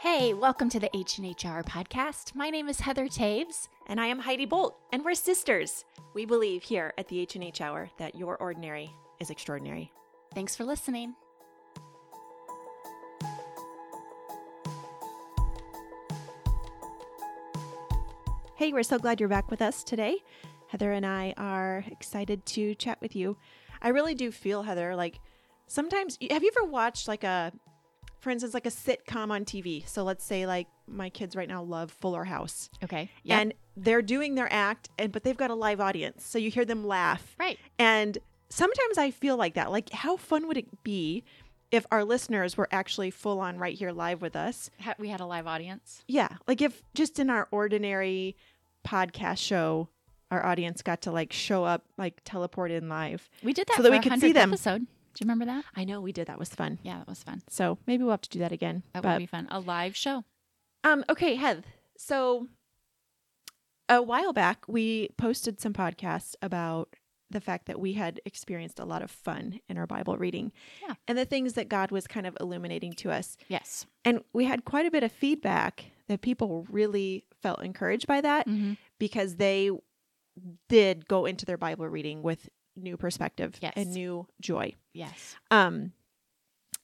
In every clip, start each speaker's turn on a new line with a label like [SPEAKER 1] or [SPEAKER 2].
[SPEAKER 1] Hey, welcome to the H&HR podcast. My name is Heather Taves.
[SPEAKER 2] And I am Heidi Bolt, and we're sisters. We believe here at the H&H Hour that your ordinary is extraordinary.
[SPEAKER 1] Thanks for listening.
[SPEAKER 2] Hey, we're so glad you're back with us today. Heather and I are excited to chat with you. I really do feel, Heather, like sometimes, have you ever watched like a, for instance, like a sitcom on TV? So let's say like my kids right now love Fuller House.
[SPEAKER 1] Okay.
[SPEAKER 2] and they're doing their act and but they've got a live audience so you hear them laugh
[SPEAKER 1] right.
[SPEAKER 2] and sometimes i feel like that like how fun would it be if our listeners were actually full on right here live with us
[SPEAKER 1] Ha- We had a live audience.
[SPEAKER 2] yeah like if just in our ordinary podcast show our audience got to like show up like teleport in live
[SPEAKER 1] We did that
[SPEAKER 2] So that
[SPEAKER 1] for
[SPEAKER 2] we
[SPEAKER 1] our
[SPEAKER 2] could see
[SPEAKER 1] 100th
[SPEAKER 2] them.
[SPEAKER 1] episode. Do you remember that?
[SPEAKER 2] i know we did that was fun
[SPEAKER 1] Yeah, that was fun.
[SPEAKER 2] so maybe we'll have to do that again
[SPEAKER 1] That
[SPEAKER 2] but
[SPEAKER 1] would be fun. A live show.
[SPEAKER 2] Um, okay, Heath. So a while back we posted some podcasts about the fact that we had experienced a lot of fun in our Bible reading.
[SPEAKER 1] Yeah.
[SPEAKER 2] And the things that God was kind of illuminating to us.
[SPEAKER 1] Yes.
[SPEAKER 2] And we had quite a bit of feedback that people really felt encouraged by that
[SPEAKER 1] Mm-hmm.
[SPEAKER 2] because they did go into their Bible reading with new perspective
[SPEAKER 1] Yes.
[SPEAKER 2] and new joy.
[SPEAKER 1] Yes.
[SPEAKER 2] Um,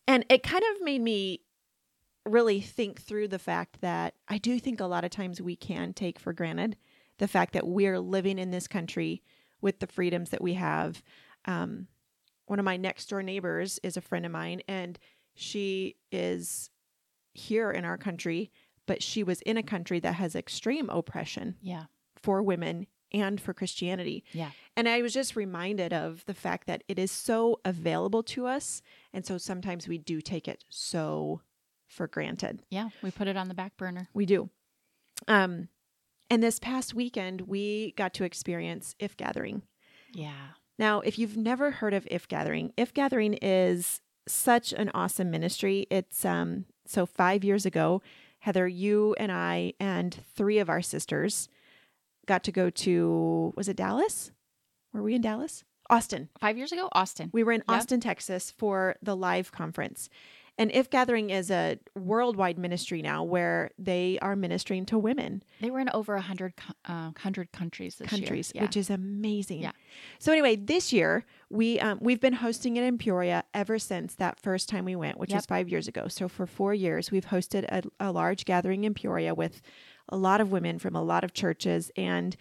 [SPEAKER 2] and it kind of made me really think through the fact that I do think a lot of times we can take for granted the fact that we're living in this country with the freedoms that we have. Um, one of my next door neighbors is a friend of mine, and she is here in our country, but she was in a country that has extreme oppression
[SPEAKER 1] Yeah.
[SPEAKER 2] for women and for Christianity.
[SPEAKER 1] Yeah.
[SPEAKER 2] And I was just reminded of the fact that it is so available to us. And so sometimes we do take it so for granted.
[SPEAKER 1] Yeah. We put it on the back burner.
[SPEAKER 2] We do. Um, and this past weekend, we got to experience If Gathering.
[SPEAKER 1] Yeah.
[SPEAKER 2] Now, if you've never heard of If Gathering, If Gathering is such an awesome ministry. It's um so 5 years ago, Heather, you and I and three of our sisters got to go to was it Dallas? Were we in Dallas? Austin.
[SPEAKER 1] Five years ago, Austin.
[SPEAKER 2] We were in
[SPEAKER 1] Yep.
[SPEAKER 2] Austin, Texas for the live conference. And If Gathering is a worldwide ministry now where they are ministering to women
[SPEAKER 1] They were in over 100, co- uh, 100 countries this
[SPEAKER 2] countries,
[SPEAKER 1] year. Yeah.
[SPEAKER 2] which is amazing.
[SPEAKER 1] Yeah.
[SPEAKER 2] So anyway, this year we um, we've been hosting it in Peoria ever since that first time we went, which
[SPEAKER 1] Yep.
[SPEAKER 2] was five years ago. So for four years, we've hosted a, a large gathering in Peoria with a lot of women from a lot of churches, and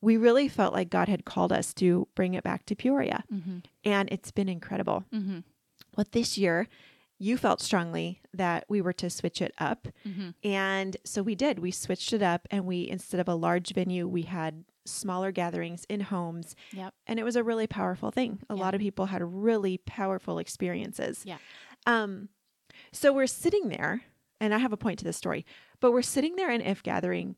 [SPEAKER 2] we really felt like God had called us to bring it back to Peoria,
[SPEAKER 1] mm-hmm.
[SPEAKER 2] and it's been incredible.
[SPEAKER 1] Mm-hmm.
[SPEAKER 2] Well, this year. You felt strongly that we were to switch it up.
[SPEAKER 1] Mm-hmm.
[SPEAKER 2] And so we did. We switched it up and we instead of a large venue, we had smaller gatherings in homes.
[SPEAKER 1] Yep.
[SPEAKER 2] And it was a really powerful thing. A
[SPEAKER 1] Yeah.
[SPEAKER 2] lot of people had really powerful experiences.
[SPEAKER 1] Yeah.
[SPEAKER 2] Um so we're sitting there and I have a point to this story, but we're sitting there in if gathering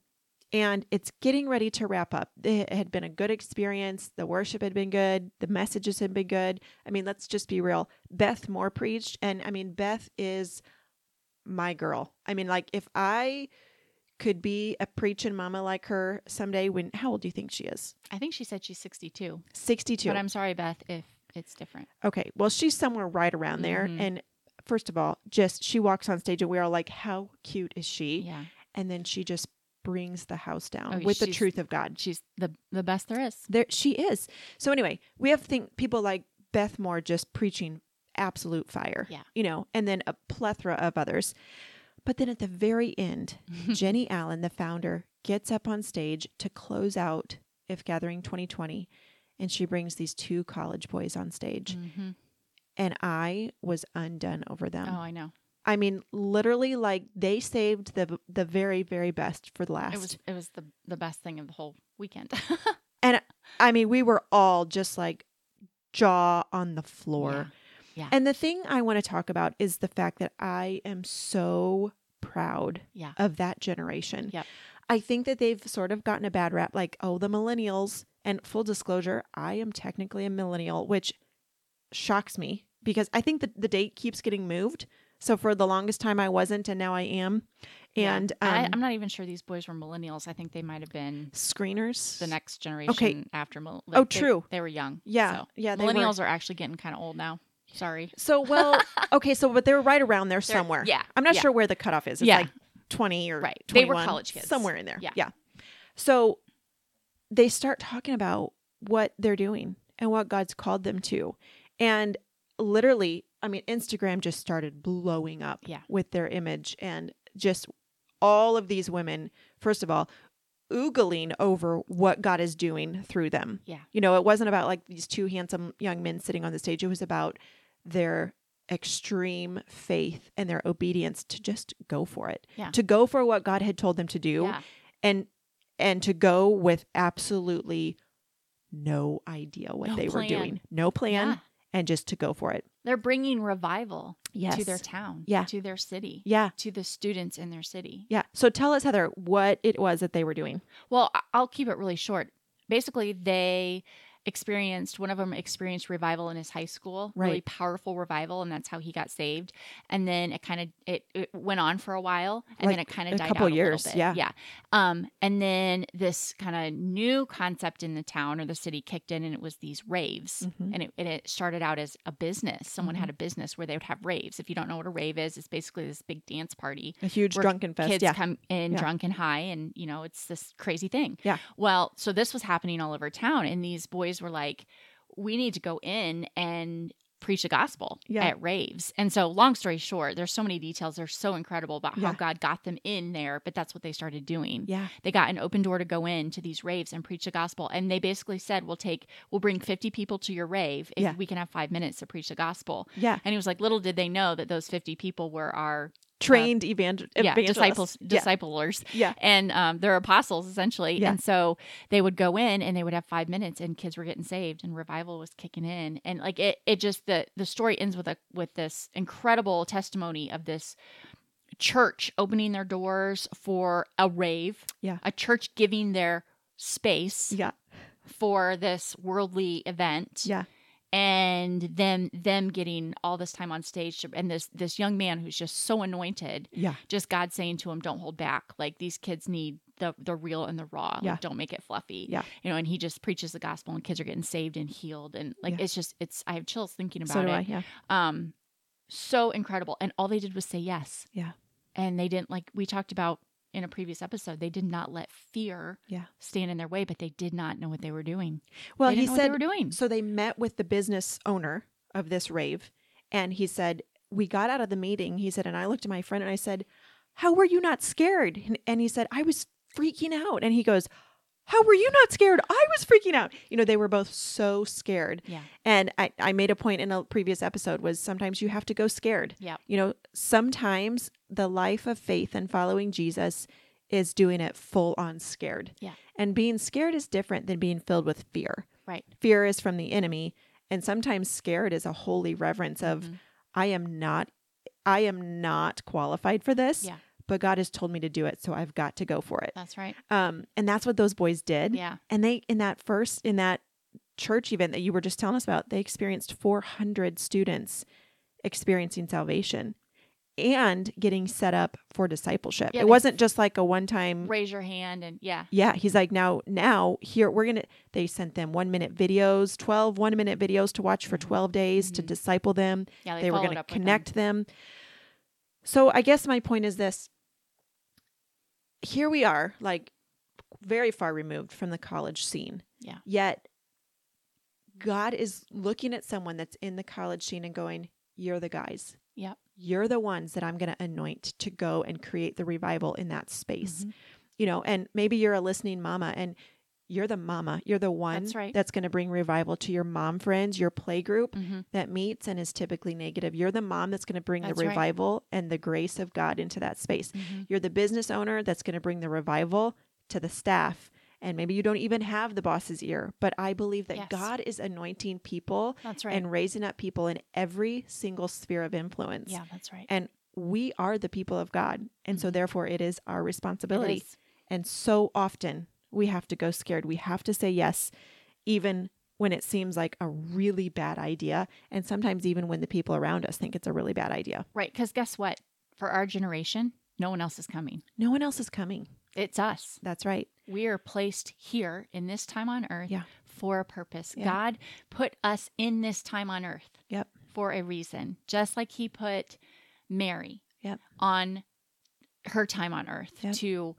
[SPEAKER 2] and it's getting ready to wrap up. It had been a good experience. The worship had been good. The messages had been good. I mean, let's just be real. Beth Moore preached. And I mean, Beth is my girl. I mean, like, if I could be a preaching mama like her someday, when, how old do you think she is?
[SPEAKER 1] I think she said she's 62.
[SPEAKER 2] 62.
[SPEAKER 1] But I'm sorry, Beth, if it's different.
[SPEAKER 2] okay. Well, she's somewhere right around there.
[SPEAKER 1] Mhm.
[SPEAKER 2] And first of all, just she walks on stage and we're all like, how cute is she?
[SPEAKER 1] Yeah.
[SPEAKER 2] And then she just brings the house down
[SPEAKER 1] Oh,
[SPEAKER 2] with the
[SPEAKER 1] she's-
[SPEAKER 2] truth of God.
[SPEAKER 1] She's the the best there is.
[SPEAKER 2] There she is. So anyway, we have think people like Beth Moore just preaching absolute fire.
[SPEAKER 1] Yeah.
[SPEAKER 2] You know, and then a plethora of others. But then at the very end,
[SPEAKER 1] Mm-hmm.
[SPEAKER 2] Jenny Allen, the founder, gets up on stage to close out If Gathering 2020, and she brings these two college boys on stage.
[SPEAKER 1] Mhm.
[SPEAKER 2] And I was undone over them.
[SPEAKER 1] Oh, I know.
[SPEAKER 2] I mean, literally, like they saved the the very, very best for the last.
[SPEAKER 1] It was it was the the best thing of the whole weekend.
[SPEAKER 2] I mean, we were all just like jaw on the floor.
[SPEAKER 1] Yeah. Yeah.
[SPEAKER 2] And the thing I want to talk about is the fact that I am so proud
[SPEAKER 1] Yeah.
[SPEAKER 2] of that generation.
[SPEAKER 1] Yep.
[SPEAKER 2] I think that they've sort of gotten a bad rap, like, oh, the millennials. And full disclosure, I am technically a millennial, which shocks me because I think that the date keeps getting moved. So for the longest time, I wasn't, and now I am.
[SPEAKER 1] Yeah.
[SPEAKER 2] And
[SPEAKER 1] I,
[SPEAKER 2] um,
[SPEAKER 1] I'm not even sure these boys were millennials. I think they might have been
[SPEAKER 2] screeners.
[SPEAKER 1] the next generation after mil- like,
[SPEAKER 2] Oh,
[SPEAKER 1] they-
[SPEAKER 2] true.
[SPEAKER 1] They, were young.
[SPEAKER 2] Yeah.
[SPEAKER 1] So,
[SPEAKER 2] Yeah. They were.
[SPEAKER 1] millennials are actually getting kind of old now. Sorry.
[SPEAKER 2] So well, okay, so but they're right around there somewhere.
[SPEAKER 1] yeah,
[SPEAKER 2] I'm not
[SPEAKER 1] yeah.
[SPEAKER 2] sure where the cutoff is. It's
[SPEAKER 1] Yeah.
[SPEAKER 2] like 20 or
[SPEAKER 1] Right. They were
[SPEAKER 2] 21,
[SPEAKER 1] college kids.
[SPEAKER 2] somewhere in there.
[SPEAKER 1] Yeah.
[SPEAKER 2] Yeah. So they start talking about what they're doing and what God's called them to. And literally, I mean, Instagram just started blowing up
[SPEAKER 1] Yeah.
[SPEAKER 2] with their image and just all of these women, first of all, oogling over what God is doing through them.
[SPEAKER 1] Yeah.
[SPEAKER 2] You know, it wasn't about like these two handsome young men sitting on the stage, it was about their extreme faith and their obedience to just go for it.
[SPEAKER 1] Yeah.
[SPEAKER 2] To go for what God had told them to do
[SPEAKER 1] Yeah.
[SPEAKER 2] and and to go with absolutely no idea what
[SPEAKER 1] No
[SPEAKER 2] they
[SPEAKER 1] plan.
[SPEAKER 2] were doing. No plan
[SPEAKER 1] Yeah.
[SPEAKER 2] and just to go for it.
[SPEAKER 1] They're bringing revival
[SPEAKER 2] Yes.
[SPEAKER 1] to their town,
[SPEAKER 2] Yeah.
[SPEAKER 1] to their city,
[SPEAKER 2] yeah.
[SPEAKER 1] to the students in their city.
[SPEAKER 2] Yeah. So tell us Heather what it was that they were doing.
[SPEAKER 1] Well, I- I'll keep it really short. Basically, they experienced one of them experienced revival in his high school really
[SPEAKER 2] Right.
[SPEAKER 1] powerful revival and that's how he got saved and then it kind of it, it went on for a while and then it
[SPEAKER 2] Like
[SPEAKER 1] kind
[SPEAKER 2] a
[SPEAKER 1] of died
[SPEAKER 2] couple
[SPEAKER 1] out
[SPEAKER 2] years,
[SPEAKER 1] a little bit.
[SPEAKER 2] yeah.
[SPEAKER 1] yeah um and then this kind of new concept in the town or the city kicked in and it was these raves
[SPEAKER 2] Mhm.
[SPEAKER 1] and it, and it started out as a business someone
[SPEAKER 2] Mhm.
[SPEAKER 1] had a business where they would have raves if you don't know what a rave is it's basically this big dance party
[SPEAKER 2] A huge
[SPEAKER 1] Where
[SPEAKER 2] drunken fest.
[SPEAKER 1] kids
[SPEAKER 2] yeah.
[SPEAKER 1] come in
[SPEAKER 2] Yeah.
[SPEAKER 1] drunk and high and you know it's this crazy thing
[SPEAKER 2] Yeah.
[SPEAKER 1] well so this was happening all over town and these boys were like we need to go in and preach the gospel
[SPEAKER 2] Yeah.
[SPEAKER 1] at raves and so long story short there's so many details they're so incredible about how
[SPEAKER 2] Yeah.
[SPEAKER 1] god got them in there but that's what they started doing
[SPEAKER 2] yeah.
[SPEAKER 1] they got an open door to go in to these raves and preach the gospel and they basically said we'll take we'll bring 50 people to your rave if
[SPEAKER 2] Yeah.
[SPEAKER 1] we can have five minutes to preach the gospel
[SPEAKER 2] Yeah.
[SPEAKER 1] and he was like little did they know that those 50 people were our
[SPEAKER 2] Trained evangel-
[SPEAKER 1] Uh, yeah,
[SPEAKER 2] evangelists.
[SPEAKER 1] disciples,
[SPEAKER 2] Yeah.
[SPEAKER 1] disciplers,
[SPEAKER 2] Yeah.
[SPEAKER 1] and um, they're apostles essentially.
[SPEAKER 2] Yeah.
[SPEAKER 1] And so they would go in and they would have five minutes, and kids were getting saved, and revival was kicking in, and like it, it just the the story ends with a with this incredible testimony of this church opening their doors for a rave,
[SPEAKER 2] Yeah.
[SPEAKER 1] a church giving their space
[SPEAKER 2] Yeah.
[SPEAKER 1] for this worldly event,
[SPEAKER 2] Yeah.
[SPEAKER 1] and them them getting all this time on stage, to- and this this young man who's just so anointed
[SPEAKER 2] Yeah.
[SPEAKER 1] just God saying to him, "Don't hold back. Like these kids need the the real and the raw. Like,
[SPEAKER 2] Yeah.
[SPEAKER 1] Don't make it fluffy.
[SPEAKER 2] Yeah.
[SPEAKER 1] You know." And he just preaches the gospel, and kids are getting saved and healed, and like
[SPEAKER 2] Yeah.
[SPEAKER 1] it's just it's I have chills thinking about
[SPEAKER 2] So do I.
[SPEAKER 1] it.
[SPEAKER 2] Yeah.
[SPEAKER 1] Um, so incredible, and all they did was say yes.
[SPEAKER 2] Yeah.
[SPEAKER 1] and they didn't like we talked about in a previous episode. They did not let fear
[SPEAKER 2] Yeah.
[SPEAKER 1] stand in their way, but they did not know what they were doing.
[SPEAKER 2] Well,
[SPEAKER 1] They
[SPEAKER 2] he
[SPEAKER 1] didn't know what they
[SPEAKER 2] said
[SPEAKER 1] were doing.
[SPEAKER 2] So they met with the business owner of this rave, and he said, We got out of the meeting. He said, and I looked at my friend and I said, How were you not scared? And, and he said, I was freaking out. And he goes, How were you not scared? I was freaking out. You know, they were both so scared.
[SPEAKER 1] Yeah,
[SPEAKER 2] And I, I made a point in a previous episode was sometimes you have to go scared.
[SPEAKER 1] yeah,
[SPEAKER 2] You know, sometimes the life of faith and following Jesus is doing it full on scared.
[SPEAKER 1] Yeah.
[SPEAKER 2] And being scared is different than being filled with fear
[SPEAKER 1] right.
[SPEAKER 2] fear is from the enemy and sometimes scared is a holy reverence of
[SPEAKER 1] Mhm.
[SPEAKER 2] i am not i am not qualified for this
[SPEAKER 1] Yeah.
[SPEAKER 2] but god has told me to do it so i've got to go for it
[SPEAKER 1] That's right.
[SPEAKER 2] um and that's what those boys did
[SPEAKER 1] Yeah,
[SPEAKER 2] and they in that first in that church event that you were just telling us about they experienced 400 students experiencing salvation and getting set up for discipleship
[SPEAKER 1] Yeah,
[SPEAKER 2] it
[SPEAKER 1] they-
[SPEAKER 2] wasn't just like a one-time
[SPEAKER 1] raise your hand and yeah,
[SPEAKER 2] yeah, he's like, now, now, here, we're going to. They sent them one minute videos, 12 one minute videos to watch for
[SPEAKER 1] Mhm.
[SPEAKER 2] 12 days to
[SPEAKER 1] Mhm.
[SPEAKER 2] disciple them.
[SPEAKER 1] yeah.
[SPEAKER 2] They, were
[SPEAKER 1] followed
[SPEAKER 2] going to
[SPEAKER 1] up with them.
[SPEAKER 2] connect them. So I guess my point is this here we are, like very far removed from the college scene.
[SPEAKER 1] Yeah.
[SPEAKER 2] Yet God is looking at someone that's in the college scene and going, you're the guys.
[SPEAKER 1] Yep.
[SPEAKER 2] You're the ones that I'm going to anoint to go and create the revival in that space
[SPEAKER 1] Mhm.
[SPEAKER 2] you know, and maybe you're a listening mama and you're the mama. You're the one
[SPEAKER 1] That's right.
[SPEAKER 2] going to bring revival to your mom friends, your play group
[SPEAKER 1] Mhm.
[SPEAKER 2] that meets and is typically negative. You're the mom that's going to bring
[SPEAKER 1] That's
[SPEAKER 2] the
[SPEAKER 1] right.
[SPEAKER 2] revival and the grace of God into that space.
[SPEAKER 1] Mhm.
[SPEAKER 2] You're the business owner that's going to bring the revival to the staff. And maybe you don't even have the boss's ear, but I believe that
[SPEAKER 1] Yes.
[SPEAKER 2] God is anointing people
[SPEAKER 1] That's right.
[SPEAKER 2] and raising up people in every single sphere of influence.
[SPEAKER 1] yeah, that's right.
[SPEAKER 2] And we are the people of God. And so,
[SPEAKER 1] Mhm.
[SPEAKER 2] therefore, it is our
[SPEAKER 1] It
[SPEAKER 2] responsibility.
[SPEAKER 1] is.
[SPEAKER 2] And so often we have to go scared. We have to say yes, even when it seems like a really bad idea. And sometimes even when the people around us think it's a really bad idea.
[SPEAKER 1] Right. Because guess what? For our generation, no one else is coming.
[SPEAKER 2] No one else is coming.
[SPEAKER 1] It's us.
[SPEAKER 2] That's right.
[SPEAKER 1] We are placed here in this time on earth
[SPEAKER 2] Yeah.
[SPEAKER 1] for a purpose.
[SPEAKER 2] Yeah.
[SPEAKER 1] God put us in this time on earth
[SPEAKER 2] Yep.
[SPEAKER 1] for a reason, just like He put Mary
[SPEAKER 2] Yep.
[SPEAKER 1] on her time on earth
[SPEAKER 2] Yep.
[SPEAKER 1] to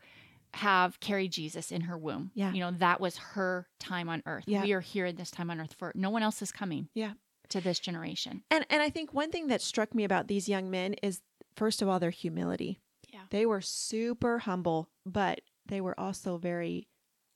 [SPEAKER 1] have carry Jesus in her womb.
[SPEAKER 2] Yeah.
[SPEAKER 1] You know, that was her time on earth.
[SPEAKER 2] Yeah.
[SPEAKER 1] We are here in this time on earth for no one else is coming.
[SPEAKER 2] Yeah.
[SPEAKER 1] To this generation.
[SPEAKER 2] And and I think one thing that struck me about these young men is first of all their humility.
[SPEAKER 1] Yeah.
[SPEAKER 2] They were super humble, but they were also very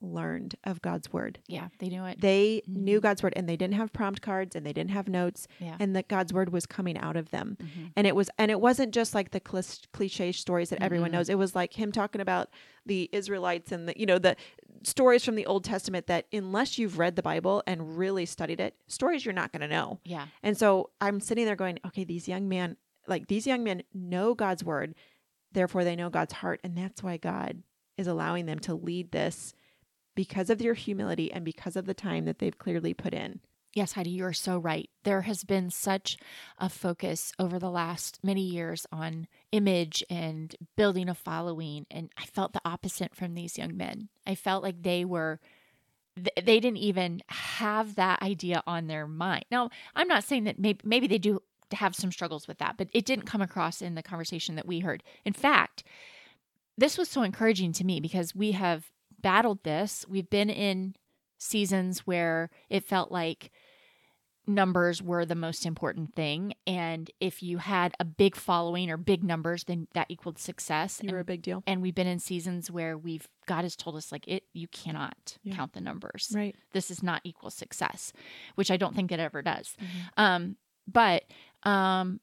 [SPEAKER 2] learned of God's word.
[SPEAKER 1] Yeah. They knew it.
[SPEAKER 2] They knew God's word and they didn't have prompt cards and they didn't have notes
[SPEAKER 1] Mm-hmm. yeah.
[SPEAKER 2] and that God's word was coming out of them.
[SPEAKER 1] Mhm.
[SPEAKER 2] And it was and it wasn't just like the clis- cliche stories that everyone
[SPEAKER 1] Mhm.
[SPEAKER 2] knows. It was like him talking about the Israelites and the you know the stories from the Old Testament that unless you've read the Bible and really studied it, stories you're not going to know.
[SPEAKER 1] yeah.
[SPEAKER 2] And so I'm sitting there going, okay, these young men, like these young men know God's word, therefore they know God's heart. And that's why God is allowing them to lead this because of their humility and because of the time that they've clearly put in.
[SPEAKER 1] Yes, Heidi, you are so right. There has been such a focus over the last many years on image and building a following. And I felt the opposite from these young men. I felt like they were, th- they didn't even have that idea on their mind. Now, I'm not saying that maybe, maybe they do have some struggles with that, but it didn't come across in the conversation that we heard. In fact, this was so encouraging to me because we have battled this. We've been in seasons where it felt like numbers were the most important thing and if you had a big following or big numbers then that equaled success
[SPEAKER 2] You
[SPEAKER 1] and
[SPEAKER 2] were a big deal.
[SPEAKER 1] and we've been in seasons where we've God has told us like it you cannot
[SPEAKER 2] Yeah.
[SPEAKER 1] count the numbers.
[SPEAKER 2] Right.
[SPEAKER 1] This is not equal success, which I don't think it ever does.
[SPEAKER 2] Mm-hmm.
[SPEAKER 1] Um, but um,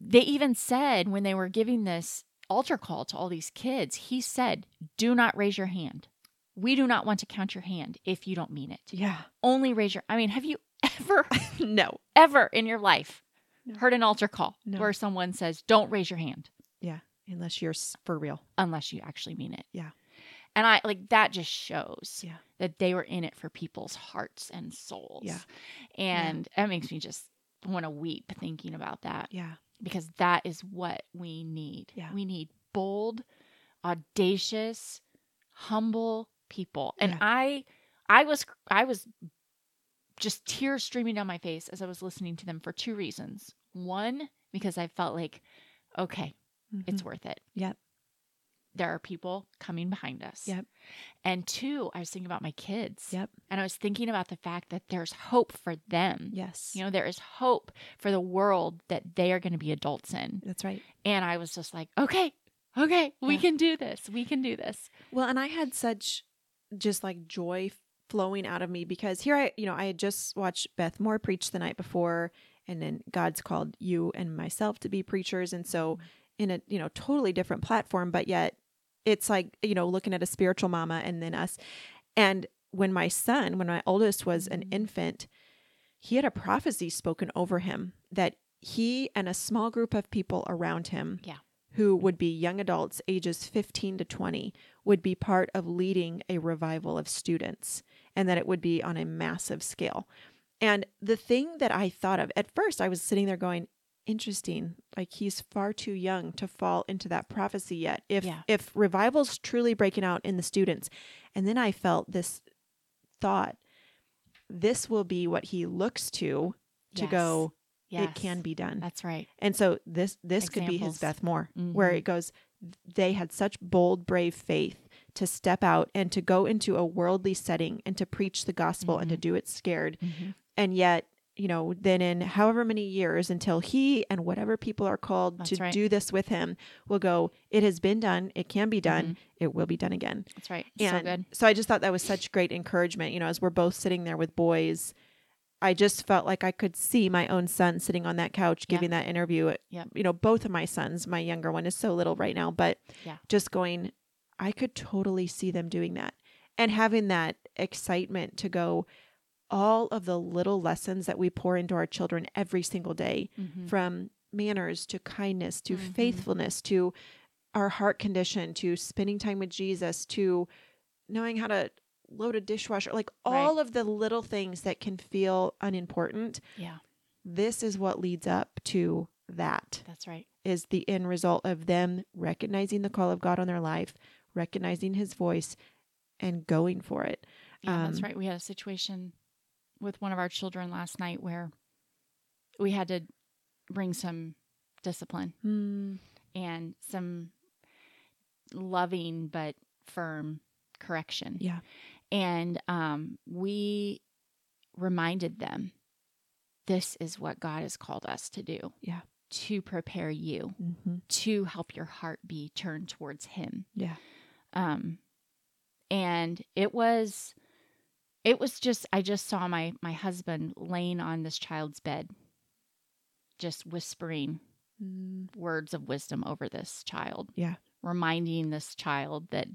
[SPEAKER 1] they even said when they were giving this altar call to all these kids, he said, "Do not raise your hand. We do not want to count your hand if you don't mean it.
[SPEAKER 2] Yeah.
[SPEAKER 1] Only raise your. I mean, have you ever
[SPEAKER 2] no.
[SPEAKER 1] ever in your life
[SPEAKER 2] No.
[SPEAKER 1] heard an altar call
[SPEAKER 2] No.
[SPEAKER 1] where someone says, "Don't raise your hand"?
[SPEAKER 2] Unless you're s- for real.
[SPEAKER 1] unless you actually mean it.
[SPEAKER 2] Yeah.
[SPEAKER 1] And I like that just shows
[SPEAKER 2] Yeah.
[SPEAKER 1] that they were in it for people's hearts and souls.
[SPEAKER 2] Yeah.
[SPEAKER 1] And that makes me just want to weep thinking about that
[SPEAKER 2] Yeah.
[SPEAKER 1] because that is what we need.
[SPEAKER 2] Yeah.
[SPEAKER 1] We need bold, audacious, humble people. And
[SPEAKER 2] Yeah.
[SPEAKER 1] I I was I was just tears streaming down my face as I was listening to them for two reasons. One, because I felt like okay,
[SPEAKER 2] Mm-hmm.
[SPEAKER 1] it's worth it.
[SPEAKER 2] Yep.
[SPEAKER 1] There are people coming behind us.
[SPEAKER 2] Yep.
[SPEAKER 1] And two, I was thinking about my kids.
[SPEAKER 2] Yep.
[SPEAKER 1] And I was thinking about the fact that there's hope for them.
[SPEAKER 2] Yes.
[SPEAKER 1] You know, there is hope for the world that they are going to be adults in.
[SPEAKER 2] That's right.
[SPEAKER 1] And I was just like, okay, okay, we
[SPEAKER 2] Yeah.
[SPEAKER 1] can do this. We can do this.
[SPEAKER 2] Well, and I had such just like joy f- flowing out of me because here I, you know, I had just watched Beth Moore preach the night before, and then God's called you and myself to be preachers. And so, in a, you know, totally different platform, but yet it's like, you know, looking at a spiritual mama and then us. And when my son, when my oldest was an
[SPEAKER 1] Mhm.
[SPEAKER 2] infant, he had a prophecy spoken over him that he and a small group of people around him
[SPEAKER 1] Yeah.
[SPEAKER 2] who would be young adults ages 15 to 20 would be part of leading a revival of students and that it would be on a massive scale and the thing that i thought of at first i was sitting there going interesting like he's far too young to fall into that prophecy yet if
[SPEAKER 1] Yeah.
[SPEAKER 2] if revival's truly breaking out in the students and then i felt this thought this will be what he looks to to
[SPEAKER 1] Yes.
[SPEAKER 2] go
[SPEAKER 1] Yes.
[SPEAKER 2] it can be done
[SPEAKER 1] That's right.
[SPEAKER 2] and so this this could be
[SPEAKER 1] Examples.
[SPEAKER 2] his Beth Moore, where
[SPEAKER 1] Mhm.
[SPEAKER 2] it goes, they had such bold, brave faith to step out and to go into a worldly setting and to preach the gospel and to
[SPEAKER 1] Mm-hmm.
[SPEAKER 2] do it scared. And yet, you know, then in however many years until he and whatever people are called
[SPEAKER 1] That's
[SPEAKER 2] to
[SPEAKER 1] right.
[SPEAKER 2] do this with him will go, it has been done, it can be done,
[SPEAKER 1] Mm-hmm.
[SPEAKER 2] it will be done again.
[SPEAKER 1] That's right.
[SPEAKER 2] And
[SPEAKER 1] so good.
[SPEAKER 2] so I just thought that was such great encouragement. You know, as we're both sitting there with boys, I just felt like I could see my own son sitting on that couch
[SPEAKER 1] Yeah.
[SPEAKER 2] giving that interview.
[SPEAKER 1] Yep.
[SPEAKER 2] You know, both of my sons, my younger one is so little right now, but
[SPEAKER 1] Yeah.
[SPEAKER 2] just going, I could totally see them doing that and having that excitement to go, all of the little lessons that we pour into our children every single day
[SPEAKER 1] Mhm.
[SPEAKER 2] from manners to kindness to
[SPEAKER 1] Mhm.
[SPEAKER 2] faithfulness to our heart condition to spending time with Jesus to knowing how to load a dishwasher like
[SPEAKER 1] Right.
[SPEAKER 2] all of the little things that can feel unimportant
[SPEAKER 1] Yeah.
[SPEAKER 2] this is what leads up to that
[SPEAKER 1] That's right.
[SPEAKER 2] is the end result of them recognizing the call of God on their life recognizing his voice and going for it
[SPEAKER 1] Yeah, that's
[SPEAKER 2] Um,
[SPEAKER 1] right. We had a situation with one of our children last night where we had to
[SPEAKER 2] Mm.
[SPEAKER 1] bring some discipline
[SPEAKER 2] Hmm.
[SPEAKER 1] and some loving but firm correction.
[SPEAKER 2] Yeah.
[SPEAKER 1] And um, we reminded them this is what God has called us to do.
[SPEAKER 2] Yeah.
[SPEAKER 1] To prepare you,
[SPEAKER 2] Mm-hmm.
[SPEAKER 1] to help your heart be turned towards Him.
[SPEAKER 2] Yeah.
[SPEAKER 1] Um, and it was, it was just, I just saw my, my husband laying on this child's bed, just whispering
[SPEAKER 2] Mm.
[SPEAKER 1] words of wisdom over this child.
[SPEAKER 2] Yeah.
[SPEAKER 1] Reminding this child that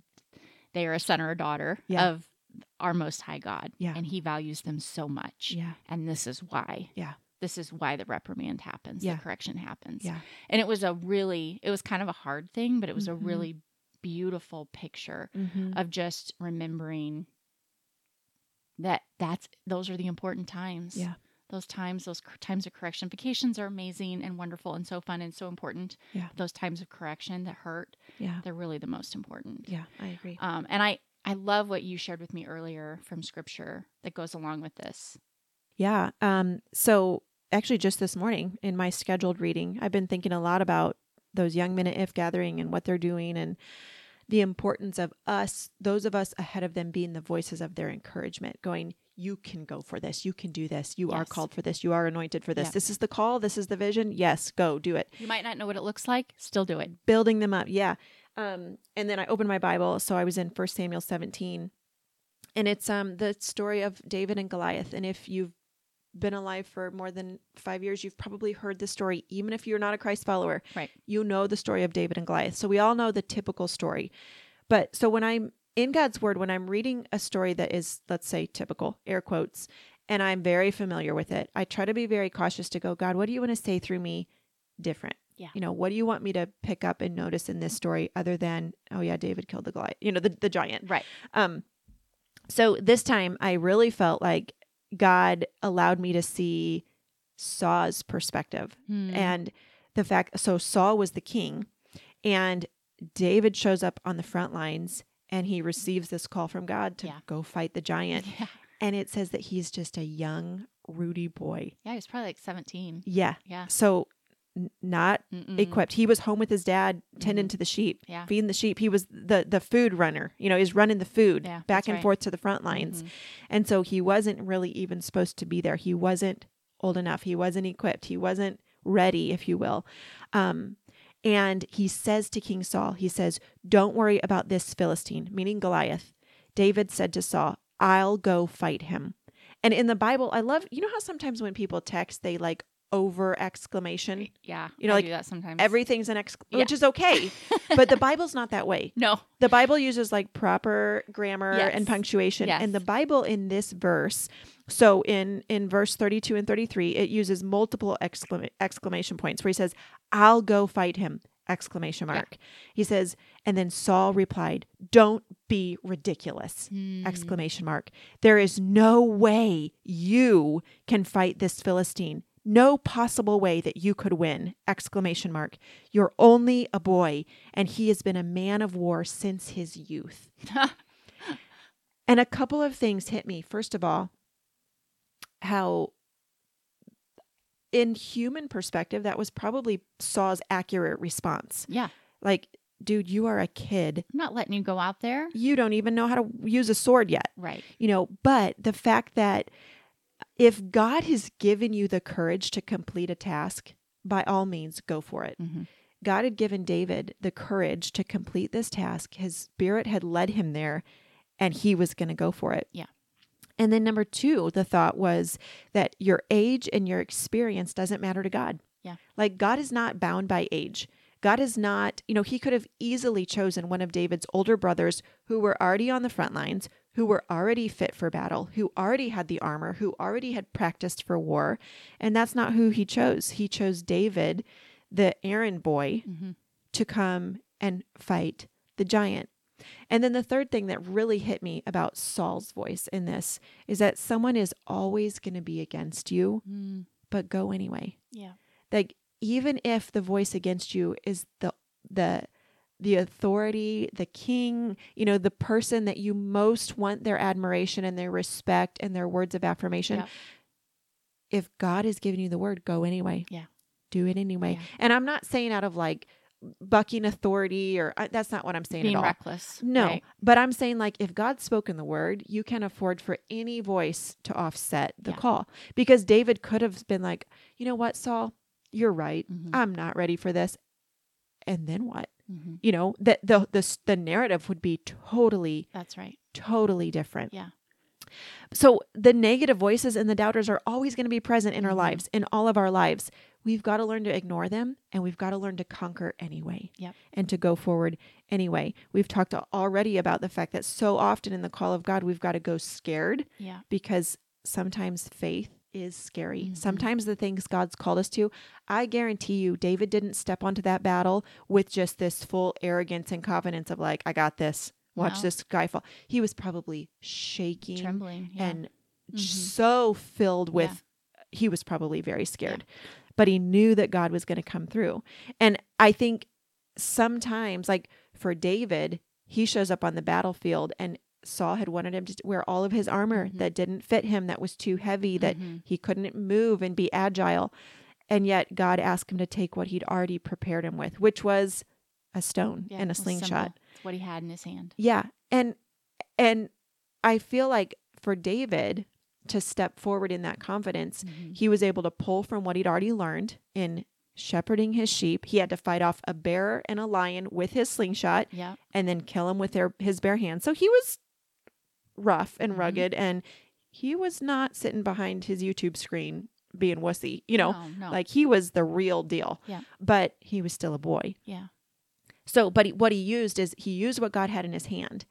[SPEAKER 1] they are a son or a daughter
[SPEAKER 2] Yeah.
[SPEAKER 1] of our most high God.
[SPEAKER 2] Yeah.
[SPEAKER 1] And he values them so much.
[SPEAKER 2] Yeah.
[SPEAKER 1] And this is why.
[SPEAKER 2] Yeah.
[SPEAKER 1] This is why the reprimand happens,
[SPEAKER 2] Yeah.
[SPEAKER 1] the correction happens.
[SPEAKER 2] Yeah.
[SPEAKER 1] And it was a really, it was kind of a hard thing, but it was
[SPEAKER 2] Mhm.
[SPEAKER 1] a really beautiful picture
[SPEAKER 2] Mm-hmm.
[SPEAKER 1] of just remembering that that's those are the important times
[SPEAKER 2] Yeah.
[SPEAKER 1] those times those cor- times of correction vacations are amazing and wonderful and so fun and so important
[SPEAKER 2] Yeah.
[SPEAKER 1] those times of correction that hurt
[SPEAKER 2] Yeah.
[SPEAKER 1] they're really the most important
[SPEAKER 2] Yeah. I agree.
[SPEAKER 1] um, and i i love what you shared with me earlier from scripture that goes along with this
[SPEAKER 2] Yeah. Um, so actually just this morning in my scheduled reading, I've been thinking a lot about those young men at if gathering and what they're doing and the importance of us, those of us ahead of them being the voices of their encouragement, going, you can go for this. You can do this. You are
[SPEAKER 1] Yes.
[SPEAKER 2] called for this. You are anointed for this.
[SPEAKER 1] Yeah.
[SPEAKER 2] This is the call. This is the vision. Yes, go do it
[SPEAKER 1] you might not know what it looks like still do it
[SPEAKER 2] building them up yeah um and then i opened my bible so i was in first samuel 17 and it's um the story of david and goliath and if you've been alive for more than five years you've probably heard the story even if you're not a christ follower
[SPEAKER 1] Right.
[SPEAKER 2] you know the story of david and goliath so we all know the typical story but so when i'm in god's word when i'm reading a story that is let's say typical air quotes and i'm very familiar with it i try to be very cautious to go god what do you want to say through me different you know what do you want me to pick up and notice in this story other than oh yeah david killed the goliath you know the, the giant
[SPEAKER 1] right
[SPEAKER 2] um so this time i really felt like god allowed me to see saw's perspective
[SPEAKER 1] Hmm.
[SPEAKER 2] and the fact so saul was the king and david shows up on the front lines and he receives this call from god to
[SPEAKER 1] Yeah.
[SPEAKER 2] go fight the giant
[SPEAKER 1] yeah
[SPEAKER 2] and it says that he's just a young rudy boy
[SPEAKER 1] yeah he was probably like 17
[SPEAKER 2] yeah
[SPEAKER 1] yeah
[SPEAKER 2] so n- not
[SPEAKER 1] Mm-mm.
[SPEAKER 2] equipped. He was home with his dad tending
[SPEAKER 1] Mhm.
[SPEAKER 2] to the sheep,
[SPEAKER 1] Yeah.
[SPEAKER 2] feeding the sheep. He was the the food runner. You know, he's running the food
[SPEAKER 1] Yeah,
[SPEAKER 2] back
[SPEAKER 1] that's
[SPEAKER 2] and
[SPEAKER 1] right.
[SPEAKER 2] forth to the front lines.
[SPEAKER 1] Mhm.
[SPEAKER 2] And so he wasn't really even supposed to be there. He wasn't old enough. He wasn't equipped. He wasn't ready, if you will. Um and he says to King Saul, he says, "Don't worry about this Philistine," meaning Goliath. David said to Saul, "I'll go fight him." And in the Bible, I love you know how sometimes when people text they like over exclamation
[SPEAKER 1] yeah
[SPEAKER 2] You know,
[SPEAKER 1] I
[SPEAKER 2] like,
[SPEAKER 1] do that sometimes
[SPEAKER 2] everything's an ex
[SPEAKER 1] Yeah.
[SPEAKER 2] which is okay but the bible's not that way
[SPEAKER 1] no
[SPEAKER 2] the bible uses like proper grammar
[SPEAKER 1] Yes.
[SPEAKER 2] and punctuation
[SPEAKER 1] Yes.
[SPEAKER 2] and the bible in this verse so in in verse 32 and 33 it uses multiple exclama- exclamation points where he says i'll go fight him exclamation
[SPEAKER 1] Yeah.
[SPEAKER 2] mark he says and then saul replied don't be ridiculous
[SPEAKER 1] Hmm.
[SPEAKER 2] exclamation mark there is no way you can fight this philistine no possible way that you could win exclamation mark you're only a boy and he has been a man of war since his youth and a couple of things hit me first of all how in human perspective that was probably saul's accurate response
[SPEAKER 1] yeah
[SPEAKER 2] like dude you are a kid
[SPEAKER 1] i'm not letting you go out there
[SPEAKER 2] you don't even know how to use a sword yet
[SPEAKER 1] right
[SPEAKER 2] you know but the fact that if god has given you the courage to complete a task by all means go for it
[SPEAKER 1] mm-hmm.
[SPEAKER 2] god had given david the courage to complete this task his spirit had led him there and he was going to go for it
[SPEAKER 1] Yeah.
[SPEAKER 2] and then number two the thought was that your age and your experience doesn't matter to god
[SPEAKER 1] Yeah.
[SPEAKER 2] like god is not bound by age god is not you know he could have easily chosen one of david's older brothers who were already on the front lines who were already fit for battle, who already had the armor, who already had practiced for war. And that's not who he chose. He chose David, the errand boy,
[SPEAKER 1] Mm-hmm.
[SPEAKER 2] to come and fight the giant. And then the third thing that really hit me about Saul's voice in this is that someone is always going to be against you,
[SPEAKER 1] Mm,
[SPEAKER 2] but go anyway.
[SPEAKER 1] yeah.
[SPEAKER 2] Like even if the voice against you is the the the authority, the king, you know, the person that you most want their admiration and their respect and their words of affirmation.
[SPEAKER 1] Yep.
[SPEAKER 2] If God has given you the word, go anyway.
[SPEAKER 1] Yeah.
[SPEAKER 2] Do it anyway.
[SPEAKER 1] Yeah.
[SPEAKER 2] And I'm not saying out of like bucking authority or I, that's not what I'm saying
[SPEAKER 1] being
[SPEAKER 2] at all.
[SPEAKER 1] reckless.
[SPEAKER 2] No,
[SPEAKER 1] right?
[SPEAKER 2] but I'm saying like if God's spoken the word, you can afford for any voice to offset the
[SPEAKER 1] Yeah.
[SPEAKER 2] call because David could have been like, you know what, Saul, you're right.
[SPEAKER 1] Mhm,
[SPEAKER 2] I'm not ready for this. And then what?
[SPEAKER 1] mhm.
[SPEAKER 2] You know that the the s- the narrative would be totally
[SPEAKER 1] That's right.
[SPEAKER 2] totally different.
[SPEAKER 1] Yeah.
[SPEAKER 2] So the negative voices and the doubters are always going to be present in our
[SPEAKER 1] Mhm.
[SPEAKER 2] lives, in all of our lives. We've got to learn to ignore them and we've got to learn to conquer anyway
[SPEAKER 1] Yep.
[SPEAKER 2] and to go forward anyway. We've talked a- already about the fact that so often in the call of God, we've got to go scared
[SPEAKER 1] Yeah.
[SPEAKER 2] because sometimes faith is scary.
[SPEAKER 1] Mhm.
[SPEAKER 2] Sometimes the things God's called us to, I guarantee you, David didn't step onto that battle with just this full arrogance and confidence of like, I got this. Watch
[SPEAKER 1] No.
[SPEAKER 2] this guy fall. He was probably shaking
[SPEAKER 1] Trembling. Yeah.
[SPEAKER 2] and j-
[SPEAKER 1] Mhm.
[SPEAKER 2] so filled with he was probably very scared but he knew that god was going to come through and i think sometimes like for david he shows up on the battlefield and saul had wanted him to wear all of his armor
[SPEAKER 1] Mhm.
[SPEAKER 2] that didn't fit him that was too heavy that
[SPEAKER 1] Mhm.
[SPEAKER 2] he couldn't move and be agile and yet god asked him to take what he'd already prepared him with which was a stone
[SPEAKER 1] Yeah,
[SPEAKER 2] and
[SPEAKER 1] it
[SPEAKER 2] a
[SPEAKER 1] was
[SPEAKER 2] slingshot
[SPEAKER 1] simple. It's what he had in his hand.
[SPEAKER 2] yeah. And and I feel like for David to step forward in that confidence,
[SPEAKER 1] Mhm.
[SPEAKER 2] he was able to pull from what he'd already learned in shepherding his sheep. He had to fight off a bear and a lion with his slingshot
[SPEAKER 1] Yeah.
[SPEAKER 2] and then kill him with their his bare hands. So he was rough and
[SPEAKER 1] Mhm.
[SPEAKER 2] rugged and he was not sitting behind his YouTube screen being wussy, you know.
[SPEAKER 1] Oh, No, no.
[SPEAKER 2] Like he was the real deal.
[SPEAKER 1] Yeah.
[SPEAKER 2] But he was still a boy.
[SPEAKER 1] yeah.
[SPEAKER 2] So, but he, what he used is he used what God had in his hand,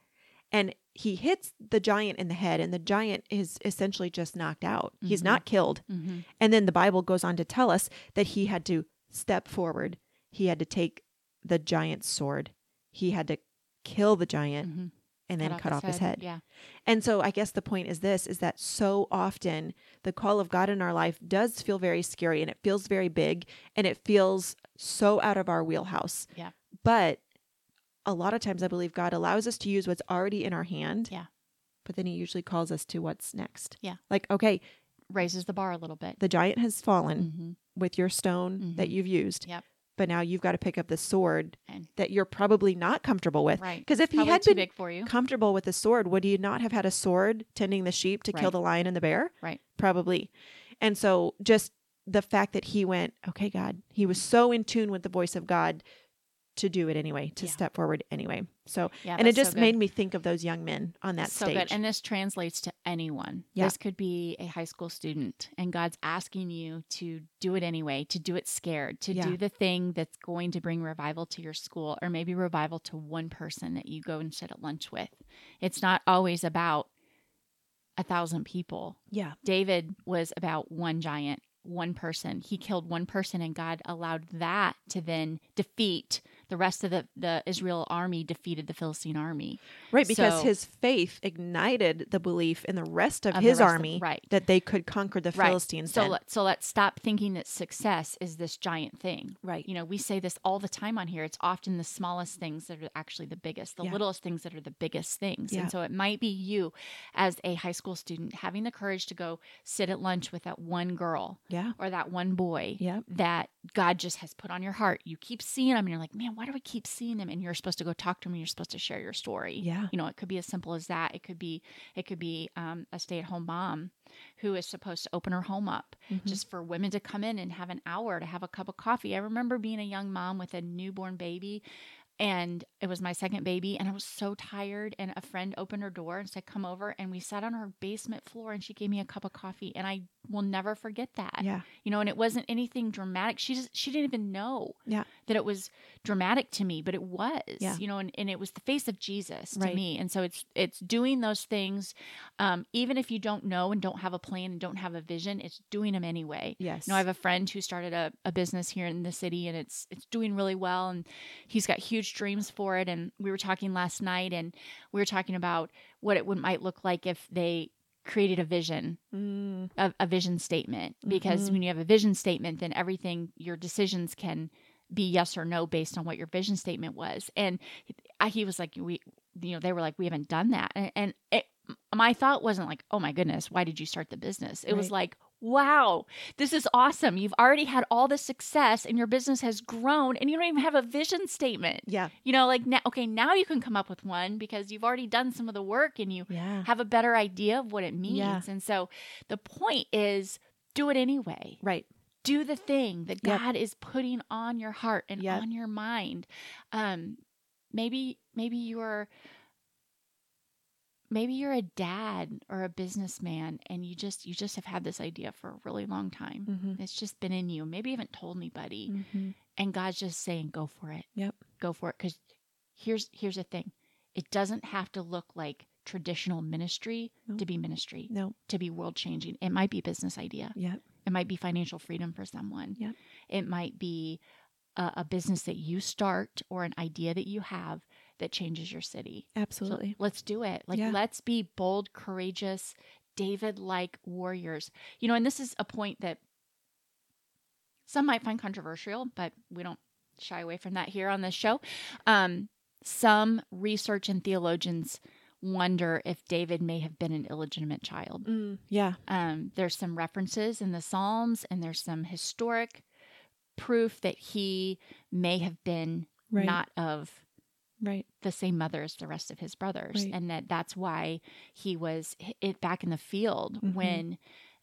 [SPEAKER 2] and he hits the giant in the head, and the giant is essentially just knocked out. He's
[SPEAKER 1] Mhm.
[SPEAKER 2] not killed.
[SPEAKER 1] hmm
[SPEAKER 2] And then the Bible goes on to tell us that he had to step forward. He had to take the giant's sword. He had to kill the giant
[SPEAKER 1] hmm
[SPEAKER 2] and then cut off his head.
[SPEAKER 1] Yeah.
[SPEAKER 2] And so I guess the point is this is that so often the call of God in our life does feel very scary and it feels very big and it feels so out of our wheelhouse.
[SPEAKER 1] Yeah.
[SPEAKER 2] But a lot of times I believe God allows us to use what's already in our hand.
[SPEAKER 1] Yeah.
[SPEAKER 2] But then he usually calls us to what's next.
[SPEAKER 1] Yeah.
[SPEAKER 2] Like, okay,
[SPEAKER 1] Raises the bar a little bit.
[SPEAKER 2] the giant has fallen
[SPEAKER 1] hmm
[SPEAKER 2] with your stone that
[SPEAKER 1] Mhm.
[SPEAKER 2] you've used.
[SPEAKER 1] Yep.
[SPEAKER 2] But now you've got to pick up the sword
[SPEAKER 1] And-
[SPEAKER 2] that you're probably not comfortable with.
[SPEAKER 1] Right.
[SPEAKER 2] Because if he
[SPEAKER 1] Probably
[SPEAKER 2] had
[SPEAKER 1] too
[SPEAKER 2] been
[SPEAKER 1] big for you.
[SPEAKER 2] comfortable with a sword, would he not have had a sword tending the sheep to kill
[SPEAKER 1] Right.
[SPEAKER 2] the lion and the bear?
[SPEAKER 1] Right.
[SPEAKER 2] Probably. And so just the fact that he went, okay, God, he was so in tune with the voice of God to do it anyway, to
[SPEAKER 1] Yeah.
[SPEAKER 2] step forward anyway. So,
[SPEAKER 1] Yeah.
[SPEAKER 2] and
[SPEAKER 1] that's
[SPEAKER 2] it just
[SPEAKER 1] so good.
[SPEAKER 2] made me think of those young men on that
[SPEAKER 1] so
[SPEAKER 2] stage.
[SPEAKER 1] good. And this translates to anyone.
[SPEAKER 2] Yeah.
[SPEAKER 1] This could be a high school student, and God's asking you to do it anyway, to do it scared, to
[SPEAKER 2] Yeah.
[SPEAKER 1] do the thing that's going to bring revival to your school, or maybe revival to one person that you go and sit at lunch with. It's not always about a thousand people.
[SPEAKER 2] yeah.
[SPEAKER 1] David was about one giant, one person. He killed one person, and God allowed that to then defeat the rest of the, the Israel army, defeated the Philistine army.
[SPEAKER 2] Right. Because
[SPEAKER 1] So-
[SPEAKER 2] his faith ignited the belief in the rest of,
[SPEAKER 1] Of the
[SPEAKER 2] his
[SPEAKER 1] rest of-
[SPEAKER 2] army
[SPEAKER 1] right.
[SPEAKER 2] that they could conquer the
[SPEAKER 1] Right.
[SPEAKER 2] Philistines.
[SPEAKER 1] So
[SPEAKER 2] then.
[SPEAKER 1] let, so let's stop thinking that success is this giant thing.
[SPEAKER 2] right.
[SPEAKER 1] You know, we say this all the time on here. It's often the smallest things that are actually the biggest, the
[SPEAKER 2] Yeah.
[SPEAKER 1] littlest things that are the biggest things.
[SPEAKER 2] Yeah.
[SPEAKER 1] And so it might be you as a high school student having the courage to go sit at lunch with that one girl
[SPEAKER 2] Yeah.
[SPEAKER 1] or that one boy
[SPEAKER 2] Yeah.
[SPEAKER 1] that God just has put on your heart. You keep seeing them and you're like, man, why do I keep seeing them? And you're supposed to go talk to them and you're supposed to share your story.
[SPEAKER 2] Yeah.
[SPEAKER 1] You know, it could be as simple as that. It could be, it could be um, a stay at home mom who is supposed to open her home up
[SPEAKER 2] Mhm.
[SPEAKER 1] just for women to come in and have an hour to have a cup of coffee. I remember being a young mom with a newborn baby and it was my second baby and I was so tired and a friend opened her door and said come over and we sat on her basement floor and she gave me a cup of coffee and I will never forget that.
[SPEAKER 2] yeah.
[SPEAKER 1] You know, and it wasn't anything dramatic. She just she didn't even know
[SPEAKER 2] Yeah.
[SPEAKER 1] that it was dramatic to me, but it was.
[SPEAKER 2] Yeah.
[SPEAKER 1] You know, and, and it was the face of Jesus
[SPEAKER 2] Right.
[SPEAKER 1] to me. And so it's it's doing those things, um, even if you don't know and don't have a plan and don't have a vision, it's doing them anyway.
[SPEAKER 2] Yes.
[SPEAKER 1] You know, I have a friend who started a, a business here in the city and it's it's doing really well and he's got huge dreams for it. And we were talking last night and we were talking about what it would, might look like if they created a vision
[SPEAKER 2] Mm,
[SPEAKER 1] a, a vision statement because
[SPEAKER 2] Mhm.
[SPEAKER 1] when you have a vision statement then everything your decisions can be yes or no based on what your vision statement was and I, he was like we you know they were like we haven't done that and, and it, my thought wasn't like oh my goodness why did you start the business it was
[SPEAKER 2] Right.
[SPEAKER 1] like wow, this is awesome. You've already had all this success and your business has grown and you don't even have a vision statement.
[SPEAKER 2] Yeah.
[SPEAKER 1] You know, like now, okay, now you can come up with one because you've already done some of the work and you
[SPEAKER 2] Yeah.
[SPEAKER 1] have a better idea of what it means.
[SPEAKER 2] Yeah.
[SPEAKER 1] And so the point is do it anyway.
[SPEAKER 2] Right.
[SPEAKER 1] Do the thing that
[SPEAKER 2] Yep.
[SPEAKER 1] God is putting on your heart and
[SPEAKER 2] Yep.
[SPEAKER 1] on your mind. Um maybe maybe you're maybe you're a dad or a businessman and you just you just have had this idea for a really long time.
[SPEAKER 2] Mm-hmm.
[SPEAKER 1] It's just been in you. Maybe you haven't told anybody
[SPEAKER 2] Mm.
[SPEAKER 1] and God's just saying go for it.
[SPEAKER 2] Yep.
[SPEAKER 1] Go for it cuz here's here's the thing. It doesn't have to look like traditional ministry
[SPEAKER 2] No.
[SPEAKER 1] to be ministry
[SPEAKER 2] No.
[SPEAKER 1] to be world changing. It might be a business idea.
[SPEAKER 2] Yep.
[SPEAKER 1] It might be financial freedom for someone.
[SPEAKER 2] Yep.
[SPEAKER 1] It might be a, a business that you start or an idea that you have that changes your city. So
[SPEAKER 2] Absolutely.
[SPEAKER 1] let's do it. Like
[SPEAKER 2] Yeah.
[SPEAKER 1] let's be bold, courageous, David like warriors. You know, and this is a point that some might find controversial, but we don't shy away from that here on this show. Um, some research and theologians wonder if David may have been an illegitimate child.
[SPEAKER 2] Mm, yeah.
[SPEAKER 1] Um, there's some references in the Psalms, and there's some historic proof that he may have been
[SPEAKER 2] Right.
[SPEAKER 1] not of
[SPEAKER 2] right.
[SPEAKER 1] the same mother as the rest of his brothers,
[SPEAKER 2] Right.
[SPEAKER 1] and that that's why he was hi- it back in the field
[SPEAKER 2] Mhm.
[SPEAKER 1] when,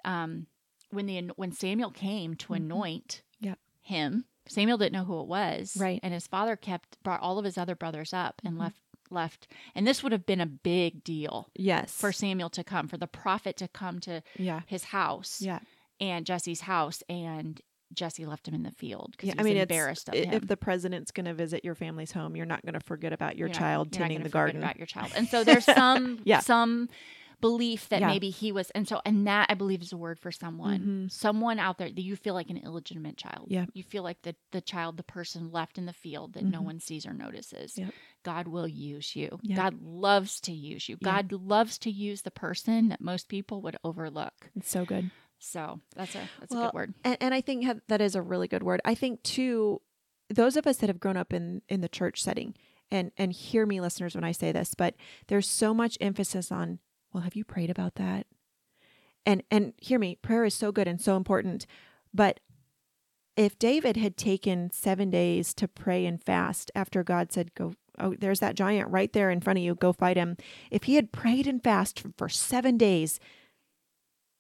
[SPEAKER 1] um, when the an- when Samuel came to
[SPEAKER 2] Mhm.
[SPEAKER 1] anoint
[SPEAKER 2] Yep.
[SPEAKER 1] him. Samuel didn't know who it was,
[SPEAKER 2] Right.
[SPEAKER 1] And his father kept brought all of his other brothers up and
[SPEAKER 2] Mhm.
[SPEAKER 1] left left, and this would have been a big deal
[SPEAKER 2] Yes.
[SPEAKER 1] for Samuel to come, for the prophet to come to
[SPEAKER 2] Yeah.
[SPEAKER 1] his house,
[SPEAKER 2] Yeah.
[SPEAKER 1] and Jesse's house, and Jesse left him in the field because
[SPEAKER 2] Yeah.
[SPEAKER 1] he
[SPEAKER 2] I
[SPEAKER 1] was
[SPEAKER 2] mean, it's-
[SPEAKER 1] embarrassed of
[SPEAKER 2] i-
[SPEAKER 1] him.
[SPEAKER 2] If the president's going to visit your family's home, you're not going to forget about your
[SPEAKER 1] You're not-
[SPEAKER 2] child
[SPEAKER 1] you're not
[SPEAKER 2] tending
[SPEAKER 1] gonna
[SPEAKER 2] the
[SPEAKER 1] forget
[SPEAKER 2] garden.
[SPEAKER 1] about your child, and so there's some
[SPEAKER 2] Yeah.
[SPEAKER 1] some belief that
[SPEAKER 2] Yeah.
[SPEAKER 1] maybe he was, and so and that I believe is a word for someone,
[SPEAKER 2] Mhm.
[SPEAKER 1] someone out there that you feel like an illegitimate child.
[SPEAKER 2] Yeah.
[SPEAKER 1] you feel like the the child, the person left in the field that no
[SPEAKER 2] Mhm.
[SPEAKER 1] one sees or notices.
[SPEAKER 2] Yep.
[SPEAKER 1] God will use you.
[SPEAKER 2] Yeah.
[SPEAKER 1] God loves to use you.
[SPEAKER 2] Yeah.
[SPEAKER 1] God loves to use the person that most people would overlook.
[SPEAKER 2] It's so good.
[SPEAKER 1] So that's a that's a
[SPEAKER 2] Well,
[SPEAKER 1] good word.
[SPEAKER 2] And, and I think ha- that is a really good word. I think too, those of us that have grown up in in the church setting, and and hear me, listeners, when I say this, but there's so much emphasis on. Well, have you prayed about that? And and hear me, prayer is so good and so important, but if David had taken seven days to pray and fast after God said, Go, oh, there's that giant right there in front of you, go fight him. If he had prayed and fasted for seven days,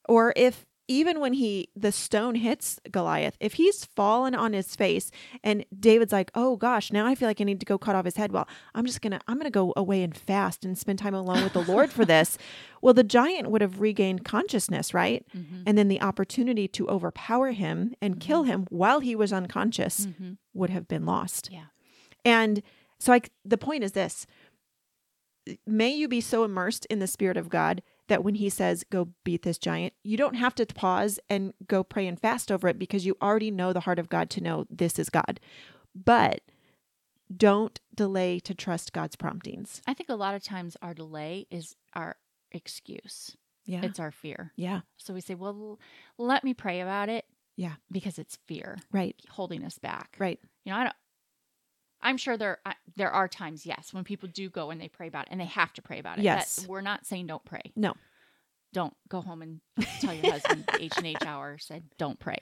[SPEAKER 2] or if even when he the stone hits Goliath, if he's fallen on his face and David's like, "Oh gosh, now I feel like I need to go cut off his head." Well, I'm just going to I'm going to go away and fast and spend time alone with the Lord for this. Well, the giant would have regained consciousness, right?
[SPEAKER 1] Mhm.
[SPEAKER 2] and then the opportunity to overpower him and kill him while he was unconscious
[SPEAKER 1] Mhm.
[SPEAKER 2] would have been lost.
[SPEAKER 1] Yeah.
[SPEAKER 2] And so I c- the point is this. May you be so immersed in the spirit of God that when he says go beat this giant, you don't have to pause and go pray and fast over it because you already know the heart of God to know this is God. But don't delay to trust God's promptings.
[SPEAKER 1] I think a lot of times our delay is our excuse.
[SPEAKER 2] Yeah.
[SPEAKER 1] It's our fear.
[SPEAKER 2] yeah.
[SPEAKER 1] So we say, "Well, l- let me pray about it."
[SPEAKER 2] Yeah.
[SPEAKER 1] because it's fear
[SPEAKER 2] Right.
[SPEAKER 1] holding us back.
[SPEAKER 2] Right.
[SPEAKER 1] You know, I don't. I'm sure there I, there are times, yes, when people do go and they pray about it, and they have to pray about it. That-
[SPEAKER 2] Yes.
[SPEAKER 1] we're not saying don't pray.
[SPEAKER 2] No.
[SPEAKER 1] don't go home and tell your husband the H and H hour said don't pray.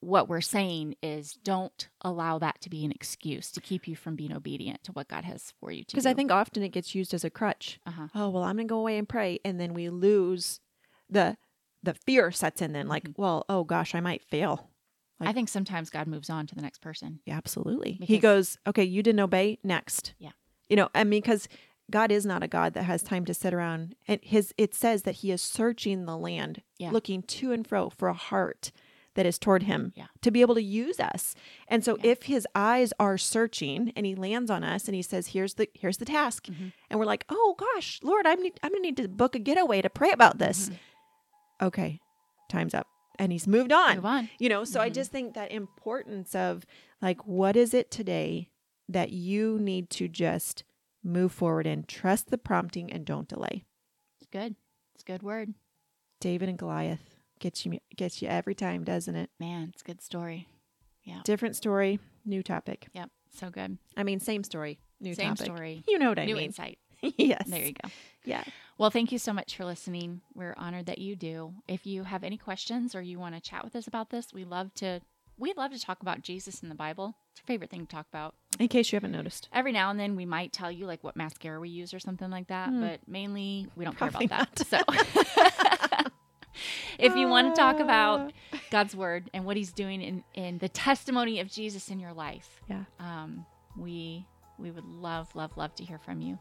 [SPEAKER 1] What we're saying is don't allow that to be an excuse to keep you from being obedient to what God has for you to.
[SPEAKER 2] Because I think often it gets used as a crutch.
[SPEAKER 1] uh huh.
[SPEAKER 2] oh well i'm gonna go away and pray and then we lose the the fear sets in then like
[SPEAKER 1] Mhm.
[SPEAKER 2] well oh gosh i might fail
[SPEAKER 1] I think sometimes God moves on to the next person.
[SPEAKER 2] yeah, absolutely he
[SPEAKER 1] Because-
[SPEAKER 2] goes okay you didn't obey next
[SPEAKER 1] Yeah.
[SPEAKER 2] you know i mean because god is not a god that has time to sit around and his it says that he is searching the land
[SPEAKER 1] Yeah.
[SPEAKER 2] looking to and fro for a heart that is toward him
[SPEAKER 1] Yeah.
[SPEAKER 2] to be able to use us and so
[SPEAKER 1] Yeah.
[SPEAKER 2] if his eyes are searching and he lands on us and he says here's the here's the task
[SPEAKER 1] Mhm.
[SPEAKER 2] and we're like oh gosh lord i'm, need, I'm gonna need to book a getaway to pray about this
[SPEAKER 1] Mhm.
[SPEAKER 2] okay, time's up. And he's moved on.
[SPEAKER 1] Move on.
[SPEAKER 2] You know, so I
[SPEAKER 1] Mhm.
[SPEAKER 2] just think that importance of like, what is it today that you need to just move forward and trust the prompting and don't delay?
[SPEAKER 1] It's good. It's a good word,
[SPEAKER 2] David and Goliath gets you gets you every time, doesn't it?
[SPEAKER 1] man. It's a good story.
[SPEAKER 2] Different story, new topic.
[SPEAKER 1] Yep. So good.
[SPEAKER 2] I mean, same story, new
[SPEAKER 1] Same
[SPEAKER 2] topic.
[SPEAKER 1] story.
[SPEAKER 2] You know what I
[SPEAKER 1] New
[SPEAKER 2] mean?
[SPEAKER 1] insight.
[SPEAKER 2] yes.
[SPEAKER 1] There you go.
[SPEAKER 2] Yeah.
[SPEAKER 1] Well, thank you so much for listening. We're honored that you do. If you have any questions or you want to chat with us about this, we love to we love to talk about Jesus in the Bible. It's our favorite thing to talk about.
[SPEAKER 2] In case you haven't noticed.
[SPEAKER 1] Every now and then we might tell you like what mascara we use or something like that,
[SPEAKER 2] Hmm.
[SPEAKER 1] but mainly we don't
[SPEAKER 2] Probably
[SPEAKER 1] care about that. So if you want to talk about
[SPEAKER 2] Ah,
[SPEAKER 1] God's word and what he's doing in, in the testimony of Jesus in your life.
[SPEAKER 2] Yeah.
[SPEAKER 1] Um, we we would love, love, love to hear from you.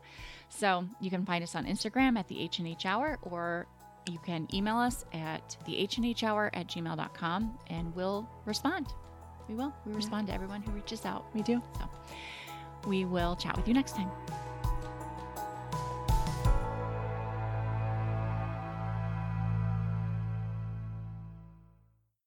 [SPEAKER 1] So you can find us on Instagram at the H and H Hour or you can email us at the H and H Hour at gmail.com and we'll respond. We will. We respond to everyone who reaches out.
[SPEAKER 2] we do.
[SPEAKER 1] We will chat with you next time.